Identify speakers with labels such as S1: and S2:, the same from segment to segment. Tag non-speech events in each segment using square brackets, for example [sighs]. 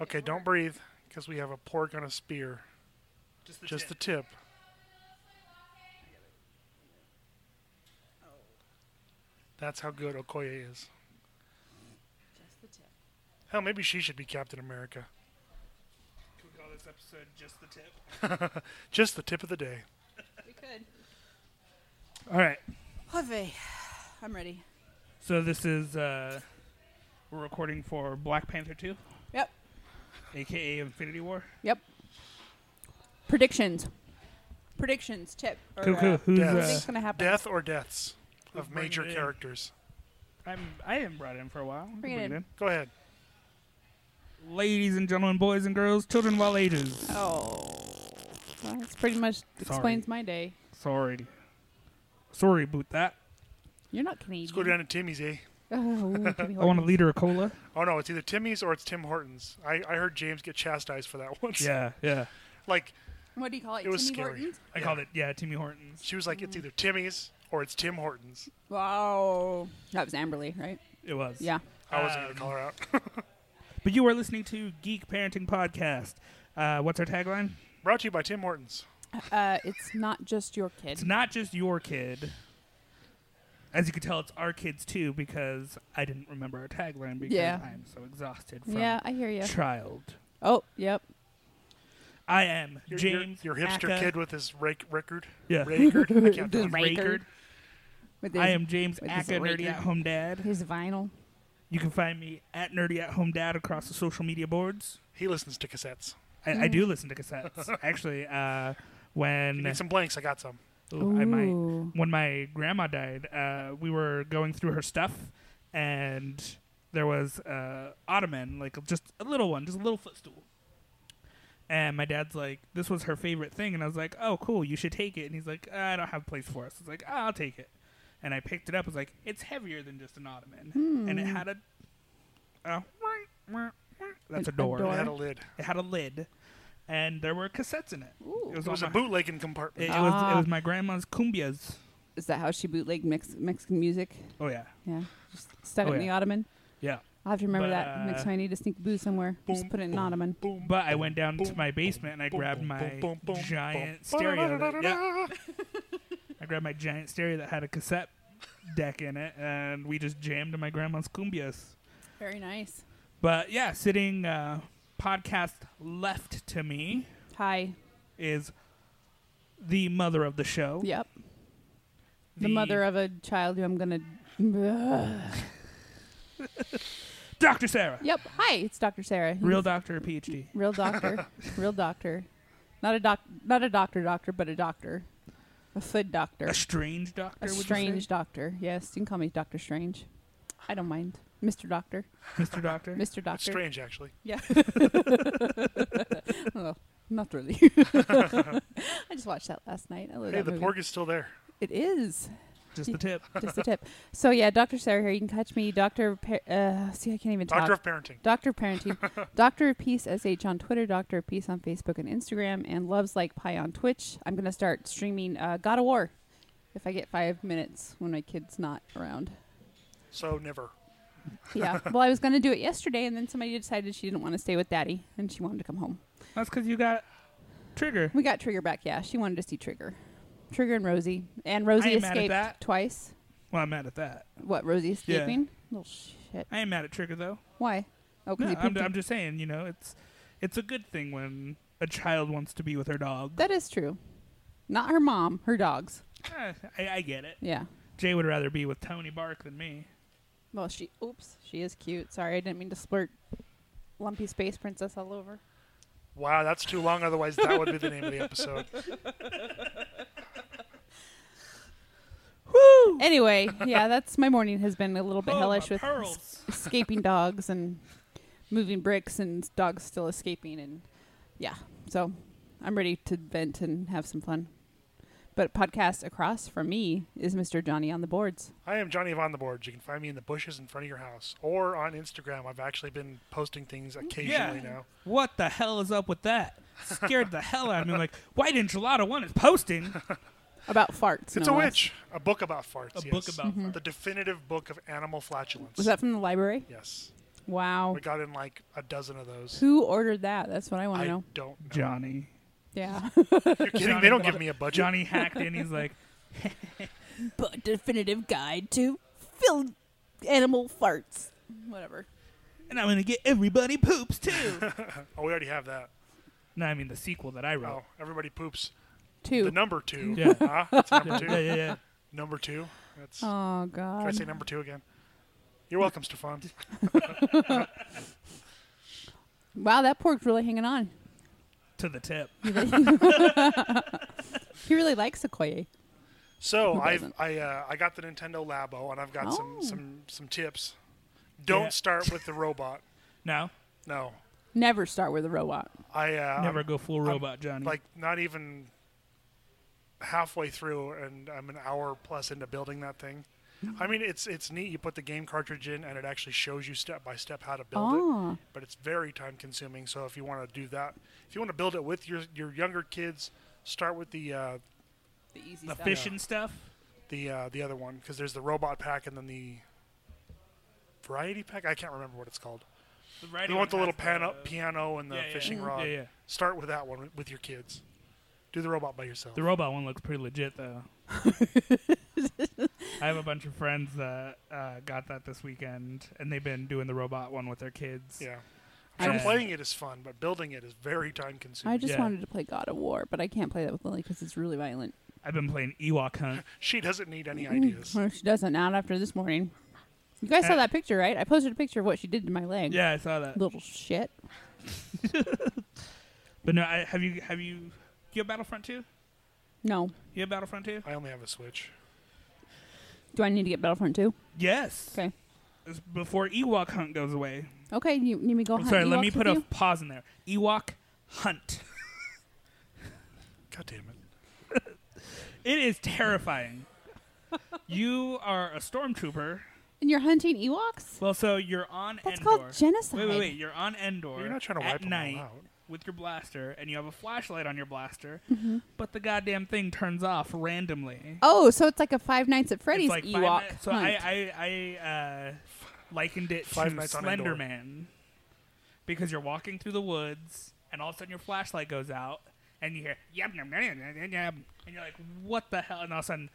S1: Okay, don't breathe, because we have a pork on a spear. Just the tip. That's how good Okoye is.
S2: Just the tip.
S1: Hell, maybe she should be Captain America.
S3: Can we call this episode just the tip?
S1: [laughs] Just the tip of the day.
S2: We could.
S3: All right.
S2: Ave. I'm ready.
S3: So this is uh, we're recording for Black Panther 2,
S2: Yep.
S3: aka Infinity War.
S2: Yep. Predictions. Predictions. Tip. Or,
S3: Cool, cool.
S2: uh,
S3: Who's
S2: what do you
S3: uh,
S2: think's gonna happen?
S1: Death or deaths of
S3: Bring
S1: major
S3: it in.
S1: characters.
S3: I'm I haven't brought it in for a while. I can
S2: Bring it in.
S1: Go ahead.
S3: in. Ladies and gentlemen, boys and girls, children of all ages.
S2: Oh. Well, that's pretty much explains my day.
S3: Sorry, sorry about that.
S2: You're not
S1: Let's go
S2: Canadian.
S1: down to Timmy's, eh?
S3: [laughs]
S2: Oh, give me
S3: I want a liter of
S2: [laughs]
S3: cola.
S1: Oh no, it's either Timmy's or it's Tim Hortons. I, I heard James get chastised for that [laughs] once.
S3: Yeah, yeah.
S1: Like
S2: What do you call it?
S1: It was
S2: Timmy
S1: scary.
S2: Hortons? Mm-hmm.
S3: I called it. Yeah, Timmy Hortons.
S1: she was like, it's either Timmy's or it's Tim Hortons.
S2: Wow. That was Amberly, right?
S3: It was.
S2: Yeah.
S1: I wasn't
S2: Oh.
S1: gonna call her out. [laughs]
S3: But you are listening to Geek Parenting Podcast. Uh, what's our tagline?
S1: Brought to you by Tim Hortons.
S2: Uh, it's not just your kid.
S3: It's not just your kid. As you can tell, it's our kids too because I didn't remember our tagline because
S2: Yeah.
S3: I'm so exhausted from
S2: Yeah, I hear you.
S3: child.
S2: Oh, yep.
S3: I am
S1: Your- your-
S3: James.
S1: your, hipster
S3: Aka-
S1: kid with his rake, record.
S3: Yeah.
S1: Record.
S3: [laughs]
S1: I can't do it.
S3: Rakerd.
S2: With
S3: I am James
S2: Wait, is
S3: Aka
S2: it
S3: Nerdy
S2: Rakerd?
S3: at Home Dad.
S2: his vinyl.
S3: You can find me at Nerdy at Home Dad across the social media boards.
S1: He listens to cassettes.
S2: Mm.
S3: I, I do listen to
S2: [laughs]
S3: cassettes actually. Uh,
S1: If you
S3: when
S1: need some blanks, I got some.
S3: Ooh, I might.
S2: Ooh.
S3: When my grandma died, uh, we were going through her stuff, and there was uh, ottoman, like just a little one, just a little footstool. And my dad's like, "This was her favorite thing," and I was like, "Oh, cool, you should take it." And he's like, "I don't have a place for us." I was like, "Ah, "I'll take it," and I picked it up. I was like, "It's heavier than just an ottoman," and
S2: Hmm.
S3: it had a. Oh, that's a
S2: An- a
S3: door.
S2: door.
S1: I
S3: It
S1: had
S3: had
S1: a
S3: a,
S1: lid.
S3: it had a lid, and there were cassettes in it. It was,
S1: It was
S3: on
S1: a
S3: my-
S1: bootlegging
S3: it,
S1: compartment.
S3: it was it
S2: Ah.
S3: was my grandma's cumbias.
S2: Is that how she bootlegged mix, Mexican music?
S3: Oh yeah,
S2: Yeah. Just set it
S3: Oh,
S2: in
S3: yeah.
S2: the ottoman.
S3: yeah.
S2: I'll have to remember
S3: But,
S2: that next
S3: uh,
S2: time I need to sneak booze somewhere. just put it in an ottoman.
S1: Boom.
S3: But I went down to my basement and I grabbed my giant stereo. that- yeah, I grabbed my giant stereo that had a cassette deck in it, and we just jammed to my grandma's cumbias.
S2: Very nice.
S3: But yeah, sitting uh, podcast left to me
S2: Hi.
S3: is the mother of the show.
S2: Yep. The, mother of a child who I'm gonna.
S3: Dr. Sarah,
S2: [sighs] Yep. Hi, it's Dr. Sarah.
S3: real doctor, PhD.
S2: Real doctor. real doctor. Not a doc. Not a doctor. Doctor, but a doctor. A foot doctor.
S3: A strange doctor.
S2: A
S3: would you say?
S2: strange doctor. Yes, you can call me Doctor Strange. I don't mind, Mister Doctor.
S3: Mr. Doctor.
S2: [laughs] Mister
S1: It's
S2: Doctor.
S1: strange, actually.
S2: Yeah. [laughs] well, not really. [laughs] I just watched that last night. I love
S1: Hey,
S2: that
S1: the
S2: movie.
S1: pork is still there.
S2: It is.
S3: Just the tip.
S2: Just a tip. So yeah, Dr. Sarah here. You can catch me, Doctor. Pa- uh, see, I can't even talk.
S1: Doctor of Parenting.
S3: [laughs]
S2: Doctor Parenting, Doctor of Peace SH on Twitter, Doctor of Peace on Facebook and Instagram, and Loves Like Pie on Twitch. I'm gonna start streaming uh, God of War if I get five minutes when my kid's not around.
S1: So never.
S3: [laughs]
S2: Yeah. well, I was gonna do it yesterday, and then somebody decided she didn't want to stay with Daddy and she wanted to come home.
S3: That's because you got trigger.
S2: We got Trigger back. Yeah, she wanted to see Trigger, Trigger and Rosie, and Rosie
S3: ain't mad at
S2: escaped
S3: that.
S2: twice.
S3: Well, I'm mad at that.
S2: What? Rosie escaping? Little shit.
S3: I ain't mad at trigger though.
S2: Why? Oh, 'cause
S3: No,
S2: he
S3: I'm,
S2: picked him.
S3: I'm just saying, you know, it's it's a good thing when a child wants to be with her dog.
S2: That is true. Not her mom, her dogs.
S3: Eh, I, I get it.
S2: Yeah.
S3: Jay would rather be with Tony Bark than me.
S2: Well, she. Oops, she is cute. Sorry, I didn't mean to splurt lumpy space princess all over.
S1: Wow, that's too long. Otherwise, that would be the name of the episode.
S2: [laughs]
S3: Woo!
S2: Anyway, yeah, that's my morning has been a little bit
S1: [laughs]
S3: Oh, my
S2: hellish with
S3: pearls.
S2: es- escaping dogs and moving bricks and dogs still escaping and yeah. So I'm ready to vent and have some fun. But podcast across from me is Mr. Johnny on the boards.
S1: I am Johnny of On the Boards. You can find me in the bushes in front of your house or on Instagram. I've actually been posting things occasionally now.
S3: What the hell is up with that? Scared the hell out of me. Like, why didn't Gelato One is posting?
S1: [laughs]
S2: About farts.
S1: It's
S2: no
S1: a
S2: less.
S1: witch, a book about farts.
S3: A
S1: yes.
S3: book about farts.
S1: the definitive book of animal flatulence.
S2: Mm-hmm. Was that from the library?
S1: Yes,
S2: Wow.
S1: we got in like a dozen of those.
S2: Who ordered that? That's what I want
S1: I
S2: to know.
S1: don't know.
S3: Johnny.
S2: Yeah.
S1: You're kidding?
S3: Johnny
S1: They don't
S3: bought
S1: give
S3: it.
S1: me a budget.
S3: Johnny hacked in. He's like,
S2: but definitive guide to fill animal farts. Whatever.
S3: and I'm gonna get everybody poops too.
S1: [laughs] Oh, we already have that.
S3: no, I mean the sequel that I wrote.
S1: Oh, everybody poops.
S2: Two.
S1: The number two.
S3: Yeah. [laughs]
S1: Huh? It's number
S3: Yeah,
S1: two.
S3: yeah, yeah.
S1: Number two. That's.
S2: oh
S1: Can I
S2: God.
S1: say number two again? You're welcome, Stefan.
S2: Wow, that pork's really hanging on.
S3: To the
S1: [laughs]
S3: tip.
S2: He really likes sequoia.
S1: So I
S2: doesn't?
S1: I uh, I got the Nintendo Labo and I've got some
S2: Oh.
S1: some some tips. Don't
S3: Yeah. [laughs]
S1: start with the robot.
S3: No,
S1: No,
S2: Never start with a robot.
S1: I uh,
S3: never
S1: I'm,
S3: go full robot, Johnny.
S1: like not even halfway through, and I'm an hour plus into building that thing. I mean, it's it's neat. You put the game cartridge in, and it actually shows you step by step how to build
S2: Ah.
S1: it. But it's very time consuming. So if you want to do that, if you want to build it with your your younger kids, start with the uh,
S2: The easy
S3: the fish and stuff.
S1: the uh, the other one because there's the robot pack and then the variety pack. I can't remember what it's called.
S3: The
S1: We
S3: writing
S1: want the
S3: has
S1: little piano, piano and the
S3: Yeah, yeah.
S1: fishing
S3: Mhm.
S1: rod.
S3: Yeah, yeah.
S1: Start with that one with your kids. Do the robot by yourself.
S3: The robot one looks pretty legit,
S2: [laughs]
S3: though. I have a bunch of friends that uh, got that this weekend, and they've been doing the robot one with their kids.
S1: yeah.
S2: I
S1: So
S3: just-
S1: playing it is fun, but building it is very time consuming.
S2: I just
S3: Yeah.
S2: wanted to play God of War, but I can't play that with Lily because it's really violent.
S3: I've been playing Ewok Hunt.
S1: she doesn't need any ideas.
S2: Well, she doesn't. Not after this morning. You guys saw
S3: Eh.
S2: that picture, right? I posted a picture of what she did to my leg.
S3: Yeah, I saw that.
S2: Little shit.
S3: But no, I, have you have you you have Battlefront two?
S2: No.
S3: You have Battlefront two?
S1: I only have a Switch.
S2: Do I need to get Battlefront too?
S3: Yes.
S2: Okay.
S3: It's before Ewok Hunt goes away.
S2: Okay. You need me to go
S3: I'm
S2: hunt
S3: sorry. Let
S2: Ewoks
S3: me put
S2: with
S3: a
S2: you?
S3: pause in there. Ewok Hunt.
S1: God damn it.
S3: It is
S2: [laughs]
S3: terrifying. you are a stormtrooper.
S2: And you're hunting Ewoks?
S3: Well, so you're on
S2: That's
S3: Endor.
S2: called genocide.
S3: Wait, wait, wait. You're on Endor.
S1: You're not trying to
S3: at
S1: wipe them all
S3: night
S1: out.
S3: with your blaster, and you have a flashlight on your blaster,
S2: Mm-hmm.
S3: but the goddamn thing turns off randomly.
S2: Oh, so it's like a Five Nights at
S3: It's
S2: Freddy's
S3: like five
S2: Ewok
S3: minutes- so
S2: hunt.
S3: I, I, I uh, likened it
S1: Five
S3: to
S1: Nights on Endor.
S3: Slender Man because you're walking through the woods, and all of a sudden your flashlight goes out, and you hear yum yum yum yum yum, yum, and you're like, what the hell? And all of a sudden,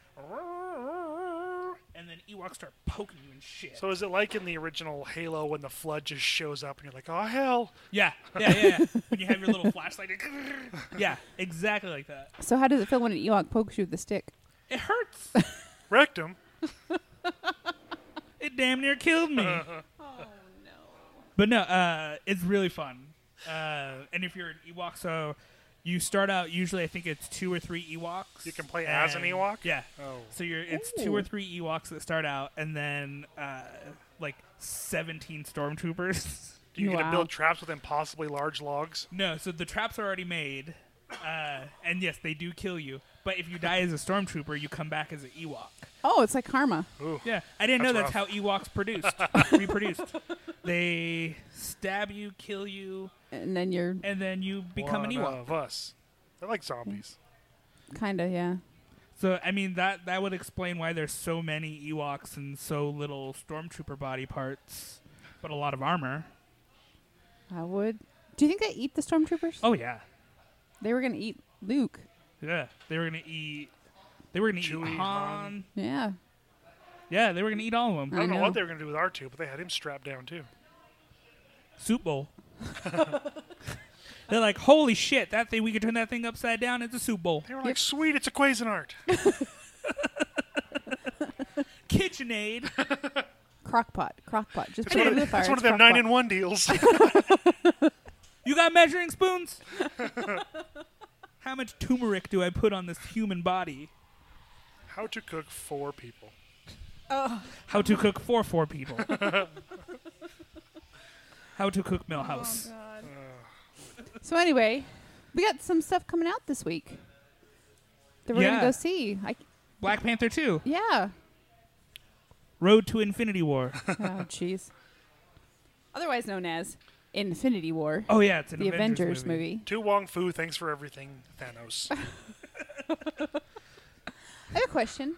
S3: and then Ewoks start poking you and shit.
S1: So is it like in the original Halo when the flood just shows up and you're like, oh hell?
S3: Yeah, yeah, yeah. yeah. when you have your little flashlight. it- [laughs] yeah, exactly like that.
S2: so how does it feel when an Ewok pokes you with a stick?
S3: It hurts.
S1: Rectum.
S3: It damn near killed me. oh
S1: Uh-huh.
S3: no. But no, uh, it's really fun. Uh, and if you're an Ewok, so you start out usually I think it's two or three Ewoks.
S1: You can play as an
S3: and-
S1: Ewok?
S3: Yeah.
S1: Oh.
S3: So you're it's two or three Ewoks that start out, and then uh, like seventeen stormtroopers. [laughs]
S1: Do you get to
S2: Wow.
S1: build traps with impossibly large logs?
S3: No, so the traps are already made, uh, and yes, they do kill you. But if you die as a stormtrooper, you come back as an Ewok.
S2: Oh, it's like karma.
S3: Yeah, I didn't know
S1: That's
S3: that's how Ewoks produced, reproduced. They stab you, kill you,
S2: And then you're
S3: and then you become
S1: One
S3: an Ewok.
S1: of us. They're like
S2: Mm.
S1: zombies.
S2: kind of, yeah.
S3: So I mean that that would explain why there's so many Ewoks and so little stormtrooper body parts, but a lot of armor.
S2: I would. Do you think they eat the stormtroopers?
S3: Oh yeah,
S2: They were going to eat Luke.
S3: yeah. They were gonna eat. They were gonna
S1: Chewie,
S3: eat
S1: Han.
S3: Han.
S2: Yeah.
S3: Yeah, they were gonna eat all of
S1: I
S3: them.
S1: don't know.
S2: know.
S1: what they were going to do with R2, but they had him strapped down too.
S3: Soup bowl. They're like, holy shit! That thing we could turn that thing upside down. It's a soup bowl.
S1: They were like, sweet, it's a
S2: [laughs]
S1: Cuisinart.
S3: KitchenAid.
S2: Crockpot. Crockpot. Just
S1: It's
S2: put it
S1: one, of,
S2: over the fire.
S1: it's one of
S2: It's
S1: them nine
S2: crockpot.
S1: in one
S2: [laughs]
S1: deals.
S3: You got measuring spoons? How much turmeric do I put on this human body?
S1: How to cook four people.
S3: How to cook for four people. How to Cook
S2: Oh,
S3: Millhouse.
S2: So anyway, we got some stuff coming out this week that we're
S3: Yeah.
S2: gonna go see. I,
S3: Black Panther 2,
S2: yeah.
S3: Road to Infinity War.
S2: oh jeez. Otherwise known as Infinity War,
S3: Oh, yeah, it's an
S2: the Avengers, movie.
S1: To Wong Fu, thanks for everything,
S2: [laughs]
S1: Thanos.
S2: I have a question.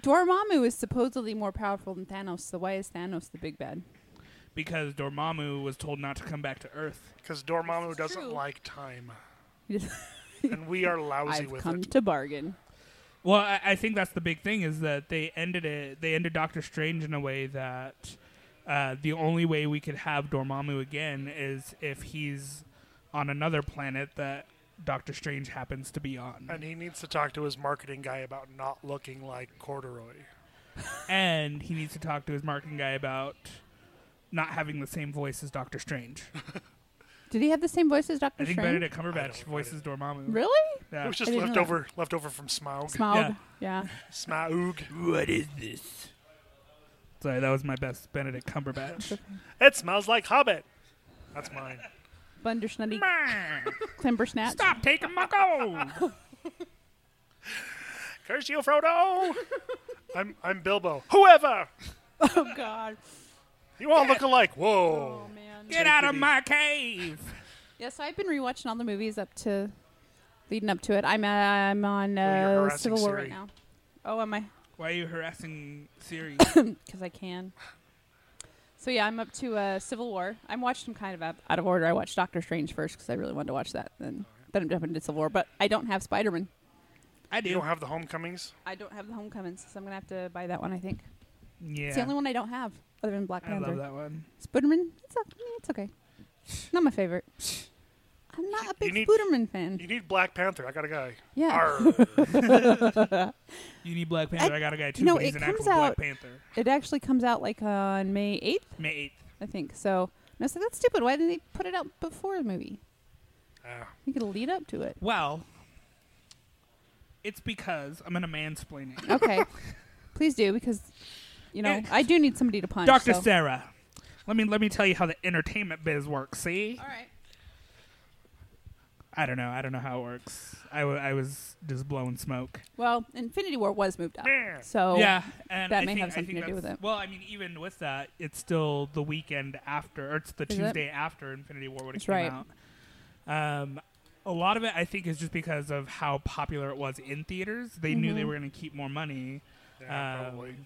S2: Dormammu is supposedly more powerful than Thanos, so why is Thanos the big bad?
S3: Because Dormammu was told not to come back to Earth.
S1: Because Dormammu doesn't
S2: true.
S1: like time,
S2: He just-
S1: and we
S2: [laughs]
S1: are lousy
S2: I've
S1: with
S2: come
S1: it.
S2: to bargain.
S3: Well, I, I think that's the big thing is that they ended it. They ended Doctor Strange in a way that uh, the only way we could have Dormammu again is if he's on another planet that Doctor Strange happens to be on,
S1: And he needs to talk to his marketing guy about not looking like corduroy.
S3: and he needs to talk to his marketing guy about not having the same voice as Doctor Strange.
S2: Did he have the same voice as Doctor
S3: I think
S2: Strange?
S3: Benedict Cumberbatch voices Dormammu.
S2: Really?
S1: It
S3: Yeah.
S1: was just
S2: didn't know
S1: left
S2: that.
S1: over, left over from Smaug.
S2: Smaug. Yeah.
S1: Smaug.
S3: What is this? Sorry, that was my best Benedict
S2: [laughs]
S3: Cumberbatch. [laughs]
S1: It smells like Hobbit. That's mine.
S2: Bundersnutty Climbersnatch.
S3: Stop taking my gold.
S1: Curse you,
S2: [laughs]
S1: Frodo. I'm I'm Bilbo. Whoever
S2: Oh God. Oh,
S1: you all look alike. Whoa.
S2: Man.
S3: Get out of my cave.
S2: Yeah, so I've been rewatching all the movies up to, leading up to it. I'm uh, I'm on uh,
S1: harassing
S2: Civil War
S1: Siri.
S2: right now. Oh, am I?
S3: Why are you harassing Siri?
S2: Because I can. So yeah, I'm up to uh, Civil War. I'm watching them kind of out, out of order. I watched Doctor Strange first because I really wanted to watch that. Then then I'm jumping to Civil War, but I don't have Spider Man.
S3: I
S1: You
S3: do.
S1: don't have the homecomings.
S2: I don't have the Homecomings, so I'm gonna have to buy that one. I think
S3: Yeah.
S2: it's the only one I don't have other than Black
S3: I
S2: Panther.
S3: love that one.
S2: Spooderman, it's, o- eh, it's okay. Not my favorite. I'm not a
S1: You
S2: big
S1: need-
S2: Spooderman fan.
S1: You need Black Panther. I got a guy.
S2: Yeah.
S1: Arr.
S3: You need Black Panther. I,
S2: I-
S3: got a guy too,
S2: you know,
S3: but he's
S2: it
S3: an
S2: comes
S3: actual Black
S2: out-
S3: Panther.
S2: It actually comes out like on May 8th,
S3: May eighth.
S2: I think. So and I was like, that's stupid. Why didn't they put it out before the movie?
S1: Ah.
S2: I think it'll lead up to it.
S3: Well, it's because I'm gonna mansplain it.
S2: Okay.
S3: [laughs]
S2: Please do, because, you know,
S3: Eh.
S2: I do need somebody to punch.
S3: Doctor
S2: so.
S3: Sarah, let me let me tell you how the entertainment biz works. See,
S2: All right.
S3: I don't know. I don't know how it works. I, w- I was just blowing smoke.
S2: Well, Infinity War was moved up.
S1: Yeah.
S2: So
S3: yeah, and
S2: Oh, that
S3: I
S2: may
S3: think,
S2: have
S3: I
S2: something
S3: think
S2: to do
S3: that's-
S2: with it.
S3: Well, I mean, even with that, it's still the weekend after, or it's the
S2: Is it?
S3: Tuesday after Infinity War when it
S2: That's
S3: came
S2: right.
S3: out. Um, a lot of it, I think, is just because of how popular it was in theaters. They knew
S2: Mm-hmm.
S3: they were going to keep more money.
S1: Yeah,
S3: Um,
S1: probably.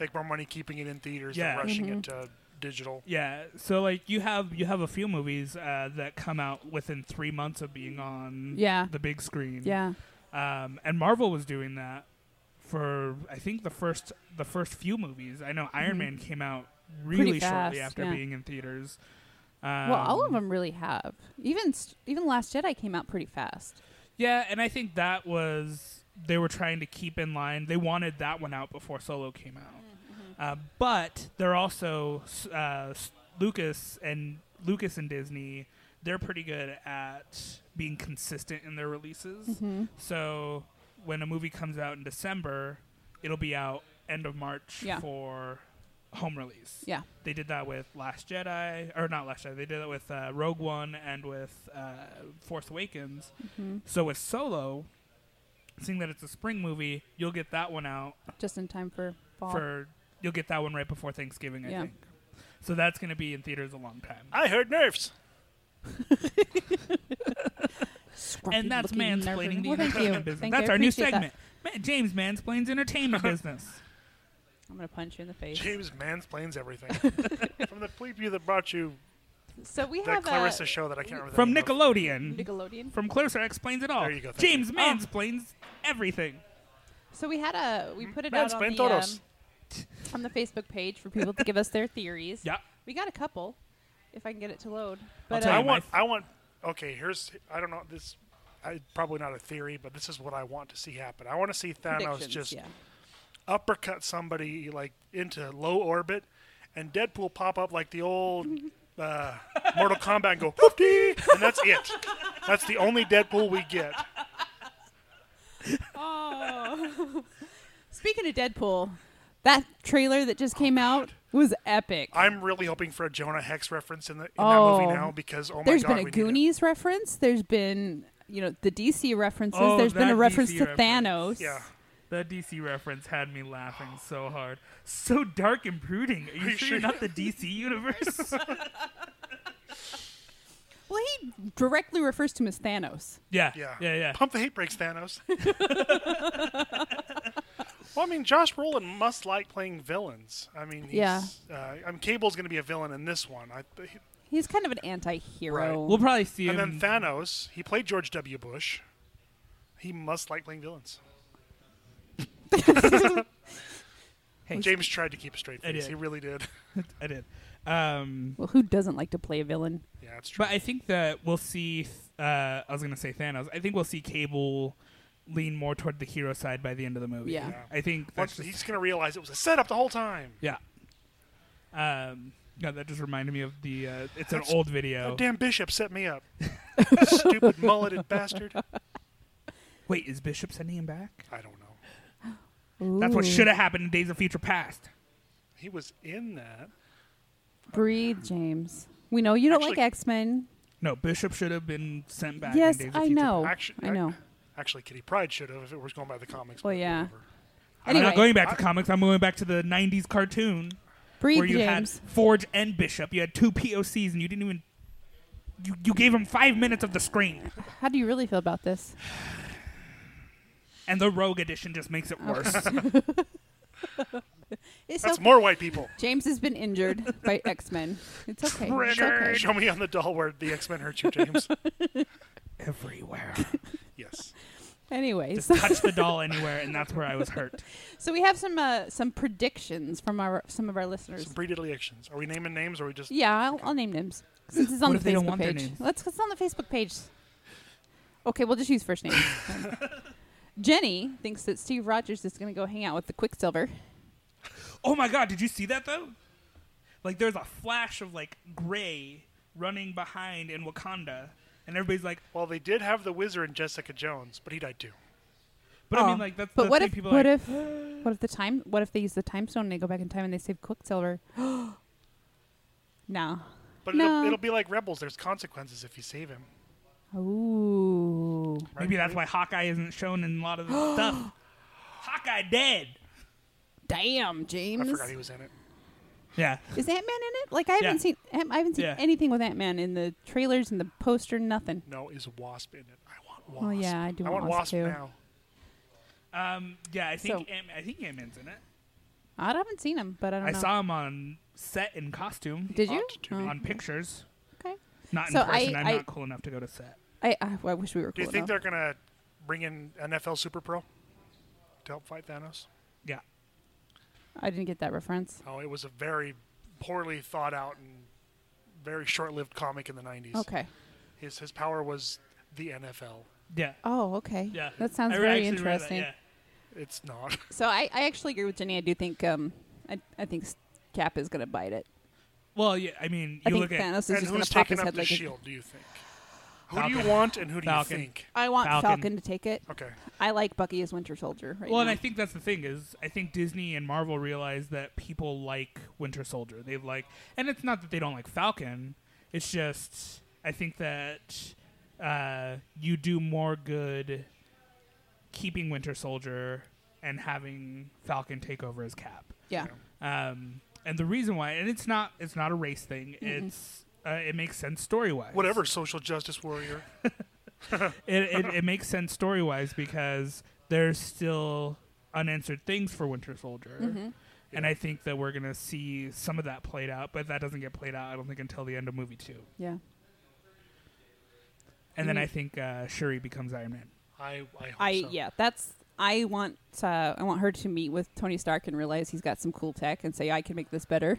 S1: Make more money keeping it in theaters
S3: Yeah.
S1: than rushing it
S2: Mm-hmm.
S1: to digital.
S3: Yeah, so like you have you have a few movies uh, that come out within three months of being on
S2: Yeah.
S3: the big screen.
S2: Yeah.
S3: um, and Marvel was doing that for I think the first the first few movies. I know Iron Man came out really shortly
S2: Mm-hmm. fast,
S3: after
S2: yeah.
S3: being in theaters. Um,
S2: well, all of them really have. Even st- even Last Jedi came out pretty fast.
S3: Yeah, and I think that was they were trying to keep in line. They wanted that one out before Solo came out, uh, but they're also s- uh, s- Lucas and Lucas and Disney. They're pretty good at being consistent in their releases. So when a movie comes out in December, it'll be out end of March
S2: Yeah.
S3: for home release.
S2: Yeah.
S3: They did that with Last Jedi, or not Last Jedi. They did that with uh, Rogue One and with uh, Force Awakens. So with Solo, seeing that it's a spring movie, you'll get that one out
S2: Just in time for fall.
S3: for you'll get that one right before Thanksgiving, I
S2: Yeah.
S3: think. So that's going to be in theaters a long time,
S1: I heard nerfs.
S2: Scruffy
S3: and that's
S2: looking nerve-
S3: mansplaining the
S2: well, thank you.
S3: entertainment business.
S2: Thank you.
S3: that's
S2: I
S3: our new
S2: appreciate that.
S3: segment. Ma- James mansplains entertainment business.
S2: I'm gonna punch you in the face.
S1: James mansplains everything.
S2: [laughs]
S1: From the preview that brought you
S2: So we
S1: that
S2: have
S1: Clarissa
S2: uh,
S1: show that I can't remember. the
S3: From
S1: name of.
S3: Nickelodeon,
S2: Nickelodeon.
S3: from Clarissa explains it all.
S1: There you go, thank
S3: James
S1: you.
S3: mansplains everything.
S2: So we had a we put it
S1: Mansplain
S2: out on the, um,
S1: todos.
S2: on the Facebook page for people to give us their theories.
S3: [laughs] Yeah.
S2: We got a couple, if I can get it to load. But
S3: tell
S1: I
S3: you
S2: uh,
S1: want.
S3: my-
S1: I want. Okay, here's. I don't know this. I, probably not a theory, but this is what I want to see happen. I want to see Thanos
S2: predictions,
S1: just
S2: yeah.
S1: uppercut somebody like into low orbit, and Deadpool pop up like the
S2: [laughs]
S1: old uh, Mortal Kombat and go whoopty, and that's it. That's the only Deadpool we get.
S2: [laughs] Oh. Speaking of Deadpool, that trailer that just came out It was epic.
S1: I'm really hoping for a Jonah Hex reference in the in that
S2: Oh.
S1: movie now because oh my
S2: There's
S1: god,
S2: been
S1: we
S2: a
S1: need it.
S2: Goonies reference. There's been you know the DC references.
S3: Oh,
S2: There's been
S3: that
S2: a reference
S3: DC
S2: to
S3: reference.
S2: Thanos.
S1: Yeah,
S3: That DC reference had me laughing so hard. So dark and brooding. Are you,
S1: you
S3: sure you're
S1: sure?
S3: not the DC universe?
S2: Well, he directly refers to him as Thanos.
S3: yeah.
S1: yeah,
S3: Yeah, yeah.
S1: Pump the hate
S3: [laughs]
S1: brakes, Thanos. well, I mean, Josh Brolin must like playing villains. I mean, he's,
S2: Yeah.
S1: Uh, I mean, Cable's going to be a villain in this one. I, but he-
S2: He's kind of an anti-hero.
S3: We'll probably see
S1: and
S3: him.
S1: then Thanos, he played George W. Bush. He must like playing villains. James tried to keep a straight
S3: I
S1: face.
S3: did.
S1: He really did. [laughs]
S3: I did. Um,
S2: Well, who doesn't like to play a villain?
S1: Yeah, it's true.
S3: but I think that we'll see. Uh, I was going to say Thanos. I think we'll see Cable lean more toward the hero side by the end of the movie.
S2: Yeah. Yeah.
S3: I think that's
S1: Once
S3: just
S1: he's going to realize it was a setup the whole time.
S3: Yeah. Um, no, that just reminded me of the. Uh, it's an
S1: That's-
S3: old video.
S1: That damn bishop set me up. Stupid mulleted bastard.
S3: Wait, is Bishop sending him back?
S1: I don't know.
S3: That's what should have happened in Days of Future Past.
S1: He was in that.
S2: Breathe, James. We know you don't like
S1: Actually-
S2: X Men.
S3: No, Bishop should have been sent back.
S2: Yes,
S3: in Days of
S2: I
S3: Future
S2: know.
S3: Past.
S1: Actually,
S2: I know.
S1: Actually, Kitty Pride should have if it was going by the comics.
S2: Well,
S1: but
S2: yeah.
S1: whatever.
S3: I'm
S2: Anyway,
S3: not going back to comics. I'm going back to the '90s cartoon where
S2: breathe,
S3: you
S2: James.
S3: had Forge and Bishop. You had two POCs, and you didn't even. You, you gave them five minutes of the screen,
S2: How do you really feel about this?
S3: and the Rogue Edition just makes it worse.
S2: [laughs] It's
S1: That's
S2: okay.
S1: more white people.
S2: James has been injured by X Men. It's [laughs] okay. It's okay.
S3: Triggered.
S1: Show me on the doll where the X Men hurt you,
S2: [laughs]
S1: James.
S3: [laughs] Everywhere,
S1: yes.
S2: Anyway,
S3: just
S2: so,
S3: touch the doll anywhere, and that's where I was hurt.
S2: so we have some uh, some predictions from our some of our listeners.
S1: Some predilections. Are we naming names or are we just.
S2: Yeah, I'll, I'll name names since it's on
S3: What
S2: the
S3: if they
S2: Facebook
S3: don't want their
S2: page.
S3: names?
S2: Let's. It's on the Facebook page. Okay, we'll just use first
S3: [laughs]
S2: names. Jenny thinks that Steve Rogers is going to go hang out with the Quicksilver.
S3: Oh my god, did you see that though? Like there's a flash of like gray running behind in Wakanda and everybody's like
S1: Well, they did have the wizard and Jessica Jones, but he died too.
S3: but I mean
S2: Oh.
S3: like that's
S2: But
S3: the
S2: what
S3: thing
S2: if
S3: people are
S2: what
S3: like,
S2: if what if the time what if they use the time stone and they go back in time and they save Quicksilver? [gasps] no.
S1: But
S2: No.
S1: it'll, it'll be like Rebels. There's consequences if you save him.
S2: Ooh.
S1: right?
S3: maybe that's why Hawkeye isn't shown in a lot of
S2: [gasps]
S3: this stuff. Hawkeye dead.
S2: Damn,
S1: I
S2: James.
S1: forgot he was in it.
S3: Yeah.
S2: Is Ant Man in it? Like I haven't
S3: Yeah.
S2: seen Ant- I haven't seen
S3: Yeah.
S2: anything with Ant Man in the trailers and the poster, nothing.
S1: No, is Wasp in it? I want Wasp.
S2: Well, yeah, I do
S1: I
S2: want
S1: want
S2: Wasp too.
S1: now.
S3: Um yeah, I think
S2: So-
S3: Ant- I think Ant-Man's in it.
S2: I haven't seen him, but I don't
S3: I
S2: know.
S3: saw him on set in costume
S2: Uh-huh. Did you?
S1: ought to
S2: Oh,
S3: on pictures,
S2: okay.
S3: not in
S2: So
S3: person.
S2: I-
S3: I, am
S2: I-
S3: not cool enough to go to set.
S2: I, I I wish we were.
S1: Do you
S2: cool
S1: think
S2: enough.
S1: they're going to bring in NFL Super Pro to help fight Thanos?
S3: Yeah.
S2: I didn't get that reference.
S1: Oh, it was a very poorly thought out and very short lived comic in the 90s.
S2: Okay.
S1: His, his power was the NFL.
S3: Yeah.
S2: Oh, okay.
S3: Yeah.
S2: That sounds
S3: I re-
S2: very
S3: actually read that,
S2: interesting.
S3: yeah.
S1: It's not.
S2: So I, I actually agree with Jenny. I do think um I, I think S- Cap is gonna bite it.
S3: Well, yeah, I mean,
S2: I
S3: you
S2: think
S3: look at
S2: Thanos is
S1: and
S2: just gonna
S1: who's
S2: pop
S1: taking
S2: his head
S1: up the
S2: like a-
S1: shield, do you think? Who do
S3: Falcon.
S1: you want and who do
S3: Falcon.
S1: you think?
S2: I want Falcon.
S3: Falcon.
S2: to take it.
S1: Okay.
S2: I like Bucky as Winter Soldier. Right
S3: Well, and
S2: now.
S3: I think that's the thing is I think Disney and Marvel realize that people like Winter Soldier. They like, and it's not that they don't like Falcon. It's just I think that uh, you do more good keeping Winter Soldier and having Falcon take over as Cap.
S2: yeah.
S3: Um, and the reason why, and it's not it's not a race thing. It's uh, it makes sense story wise.
S1: Whatever, social justice warrior.
S3: it,
S1: [laughs]
S3: it, it makes sense story wise because there's still unanswered things for Winter Soldier.
S2: Mm-hmm.
S3: And I think that we're going to see some of that played out, but that doesn't get played out, I don't think, until the end of movie two.
S2: Yeah.
S3: And
S2: Mm-hmm.
S3: then I think uh, Shuri becomes Iron Man.
S1: I, I hope
S2: I
S1: so.
S2: yeah. That's I want uh, I want her to meet with Tony Stark and realize he's got some cool tech and say I can make this better.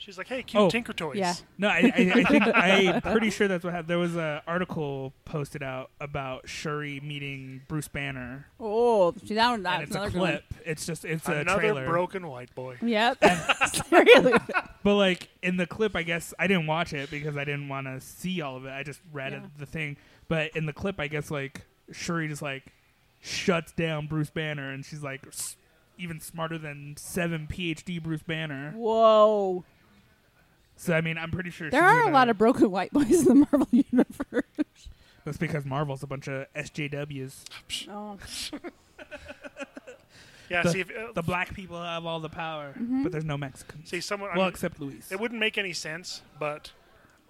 S1: She's like, hey, cute
S3: Oh.
S1: Tinker Toys.
S2: Yeah.
S3: No, I, I, I think
S2: [laughs]
S3: I'm pretty sure that's what happened. There was an article posted out about Shuri meeting Bruce Banner,
S2: Oh, see, that one,
S3: and
S2: that's
S3: it's
S2: another
S3: a
S2: good one.
S3: clip. It's just it's a
S1: Another
S3: trailer.
S1: broken white boy.
S2: Yep. [laughs] Seriously.
S3: But like in the clip, I guess I didn't watch it because I didn't want to see all of it. I just read
S2: Yeah.
S3: the thing. But in the clip, I guess like Shuri just like shuts down Bruce Banner, and she's like, "S- even smarter than seven PhD Bruce Banner.
S2: Whoa.
S3: So I mean, I'm pretty sure
S2: There
S3: she's
S2: are a
S3: gonna-
S2: lot of broken white boys in the Marvel [laughs] universe.
S3: That's because Marvel's a bunch of SJWs.
S2: Oh.
S1: Yeah,
S3: The,
S1: see, if, uh,
S3: the black people have all the power,
S2: Mm-hmm.
S3: but there's no Mexicans.
S1: see someone.
S3: well,
S1: I'm,
S3: except Luis.
S1: it wouldn't make any sense, but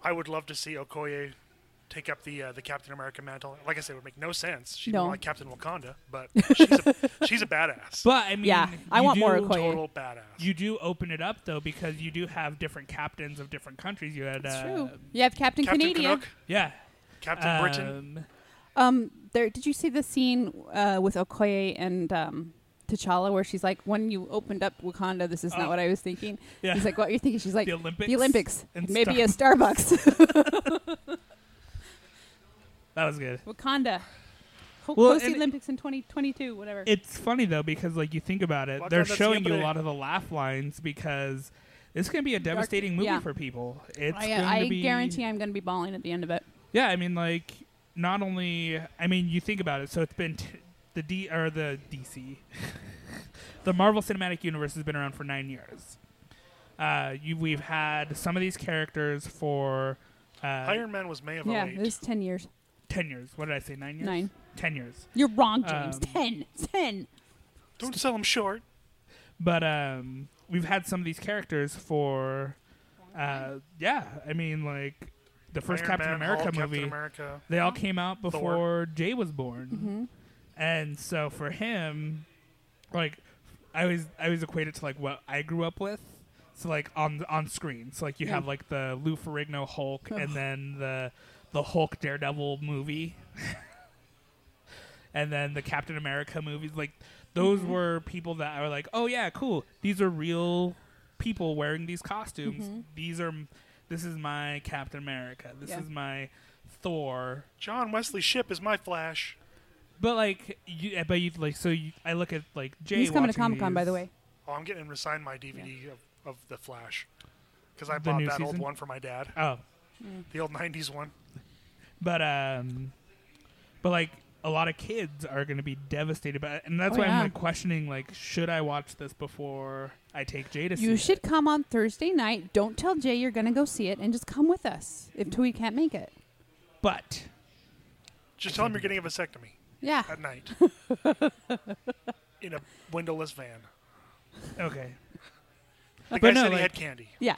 S1: I would love to see Okoye take up the uh, the Captain America mantle. Like I said, it would make no sense. She's
S2: No.
S1: more like Captain Wakanda,
S2: [laughs]
S1: but she's a, she's a badass.
S3: but I mean,
S2: Yeah, I
S3: you
S2: want more
S3: do-
S2: Okoye.
S1: Total badass.
S3: You do open it up though, because you do have different captains of different countries. You had, uh,
S2: It's true. You have Captain,
S1: Captain
S2: Canadian.
S1: Canuck,
S3: yeah,
S1: Captain Britain.
S3: Um,
S2: Um, there. Did you see the scene uh, with Okoye and um, T'Challa where she's like, "When you opened up Wakanda, this is
S3: Oh.
S2: not what I was thinking."
S3: Yeah.
S2: He's like, "What you're thinking?" She's like,
S3: The Olympics
S2: The Olympics.
S3: and
S2: Maybe a Starbucks. [laughs]
S3: That was good.
S2: Wakanda. Ho-
S3: Well,
S2: host the
S3: and-
S2: Olympics in 2022, whatever.
S3: It's funny though because like you think about it,
S1: Wakanda
S3: they're showing you a
S1: siempre.
S3: lot of the laugh lines because it's going to be a devastating movie
S2: yeah.
S3: for people. It's
S2: I,
S3: going
S2: I
S3: to be,
S2: guarantee I'm going to be bawling at the end of it.
S3: Yeah, I mean, like, not only, I mean, you think about it. So it's been t- the D or the DC, [laughs] the Marvel Cinematic Universe has been around for nine years. Uh, you, we've had some of these characters for uh,
S1: Iron Man was May of
S2: yeah,
S1: 08.
S2: it was 10 years.
S3: ten years. What did I say? Nine years.
S2: Nine.
S3: Ten years.
S2: You're wrong, James.
S3: Um,
S2: 10. 10.
S1: Don't sell him short.
S3: But um, we've had some of these characters for, uh, yeah. I mean, like the first
S1: Iron
S3: Captain
S1: Man,
S3: America
S1: Hulk,
S3: movie.
S1: Captain America.
S3: They all came out before Jay was born, and so for him, like I always I always equate it to like what I grew up with. So like on on screen, so like you have like the Lou Ferrigno Hulk, and then the the Hulk Daredevil movie, and then the Captain America movies. Like those
S2: Mm-hmm.
S3: were people that are like, oh yeah, cool. These are real people wearing these costumes.
S2: Mm-hmm.
S3: These are this is my Captain America. This
S2: Yeah.
S3: is my Thor.
S1: John Wesley Ship is my Flash.
S3: But like, you, eh, but you like so. You, I look at like Jay.
S2: He's coming to
S3: watching
S2: Comic Con, by the
S3: these-
S2: way.
S1: Oh, I'm getting him to sign my DVD of, of the Flash because I
S3: The
S1: bought
S3: new
S1: that old
S3: season?
S1: one for my dad,
S3: Oh,
S1: the old '90s one.
S3: but um, but like a lot of kids are going to be devastated by, it. and that's
S2: Oh,
S3: why
S2: yeah.
S3: I'm like questioning like, should I watch this before I take Jay to see?
S2: You
S3: it?
S2: should come on Thursday night. Don't tell Jay you're going to go see it and just come with us if Tui can't make it.
S3: But
S1: Just tell him you're getting a vasectomy
S2: Yeah.
S3: [laughs]
S1: at night in a windowless van.
S3: okay. But
S1: The guy
S3: no,
S1: said
S3: like-
S1: he had candy.
S2: Yeah.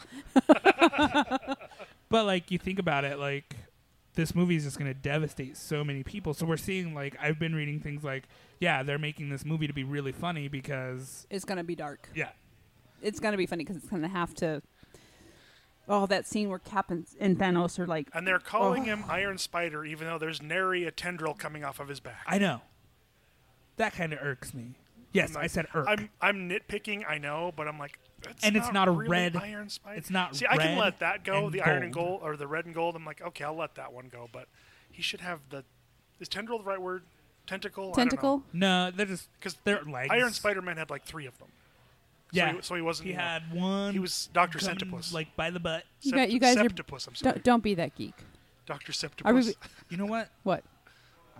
S3: But like you think about it, like this movie is just going to devastate so many people. So we're seeing like I've been reading things like, yeah, they're making this movie to be really funny because
S2: It's going to be dark.
S3: yeah,
S2: It's going to be funny because it's going to have to. Oh, that scene where Cap and, and Thanos are like.
S1: And they're
S3: Oh.
S1: calling him Iron Spider, even though there's nary a tendril coming off of his back.
S3: I know. That kind of irks me. Yes, I said irk.
S1: I'm I'm nitpicking, I know, but I'm like, that's
S3: And it's not a
S1: really
S3: red-
S1: Iron Spider.
S3: it's not
S1: See, I can
S3: red
S1: let that go.
S3: and
S1: The iron and
S3: gold.
S1: gold or the red and gold. I'm like, okay, I'll let that one go. But he should have the is tendril the right word? Tentacle.
S2: Tentacle?
S3: no, they're just
S1: Because
S3: they're legs.
S1: Iron Spider Man had like three of them.
S3: Yeah,
S1: So he, so he wasn't.
S3: He
S1: you know,
S3: had one.
S1: He was Doctor
S3: coming,
S1: Centipus.
S3: Like by the butt.
S2: You,
S1: Sept-
S2: got, you guys are.
S1: Septipus. I'm sorry.
S2: Don't, don't be that geek.
S1: Doctor Septipus.
S2: Are we-
S3: You know what?
S2: What?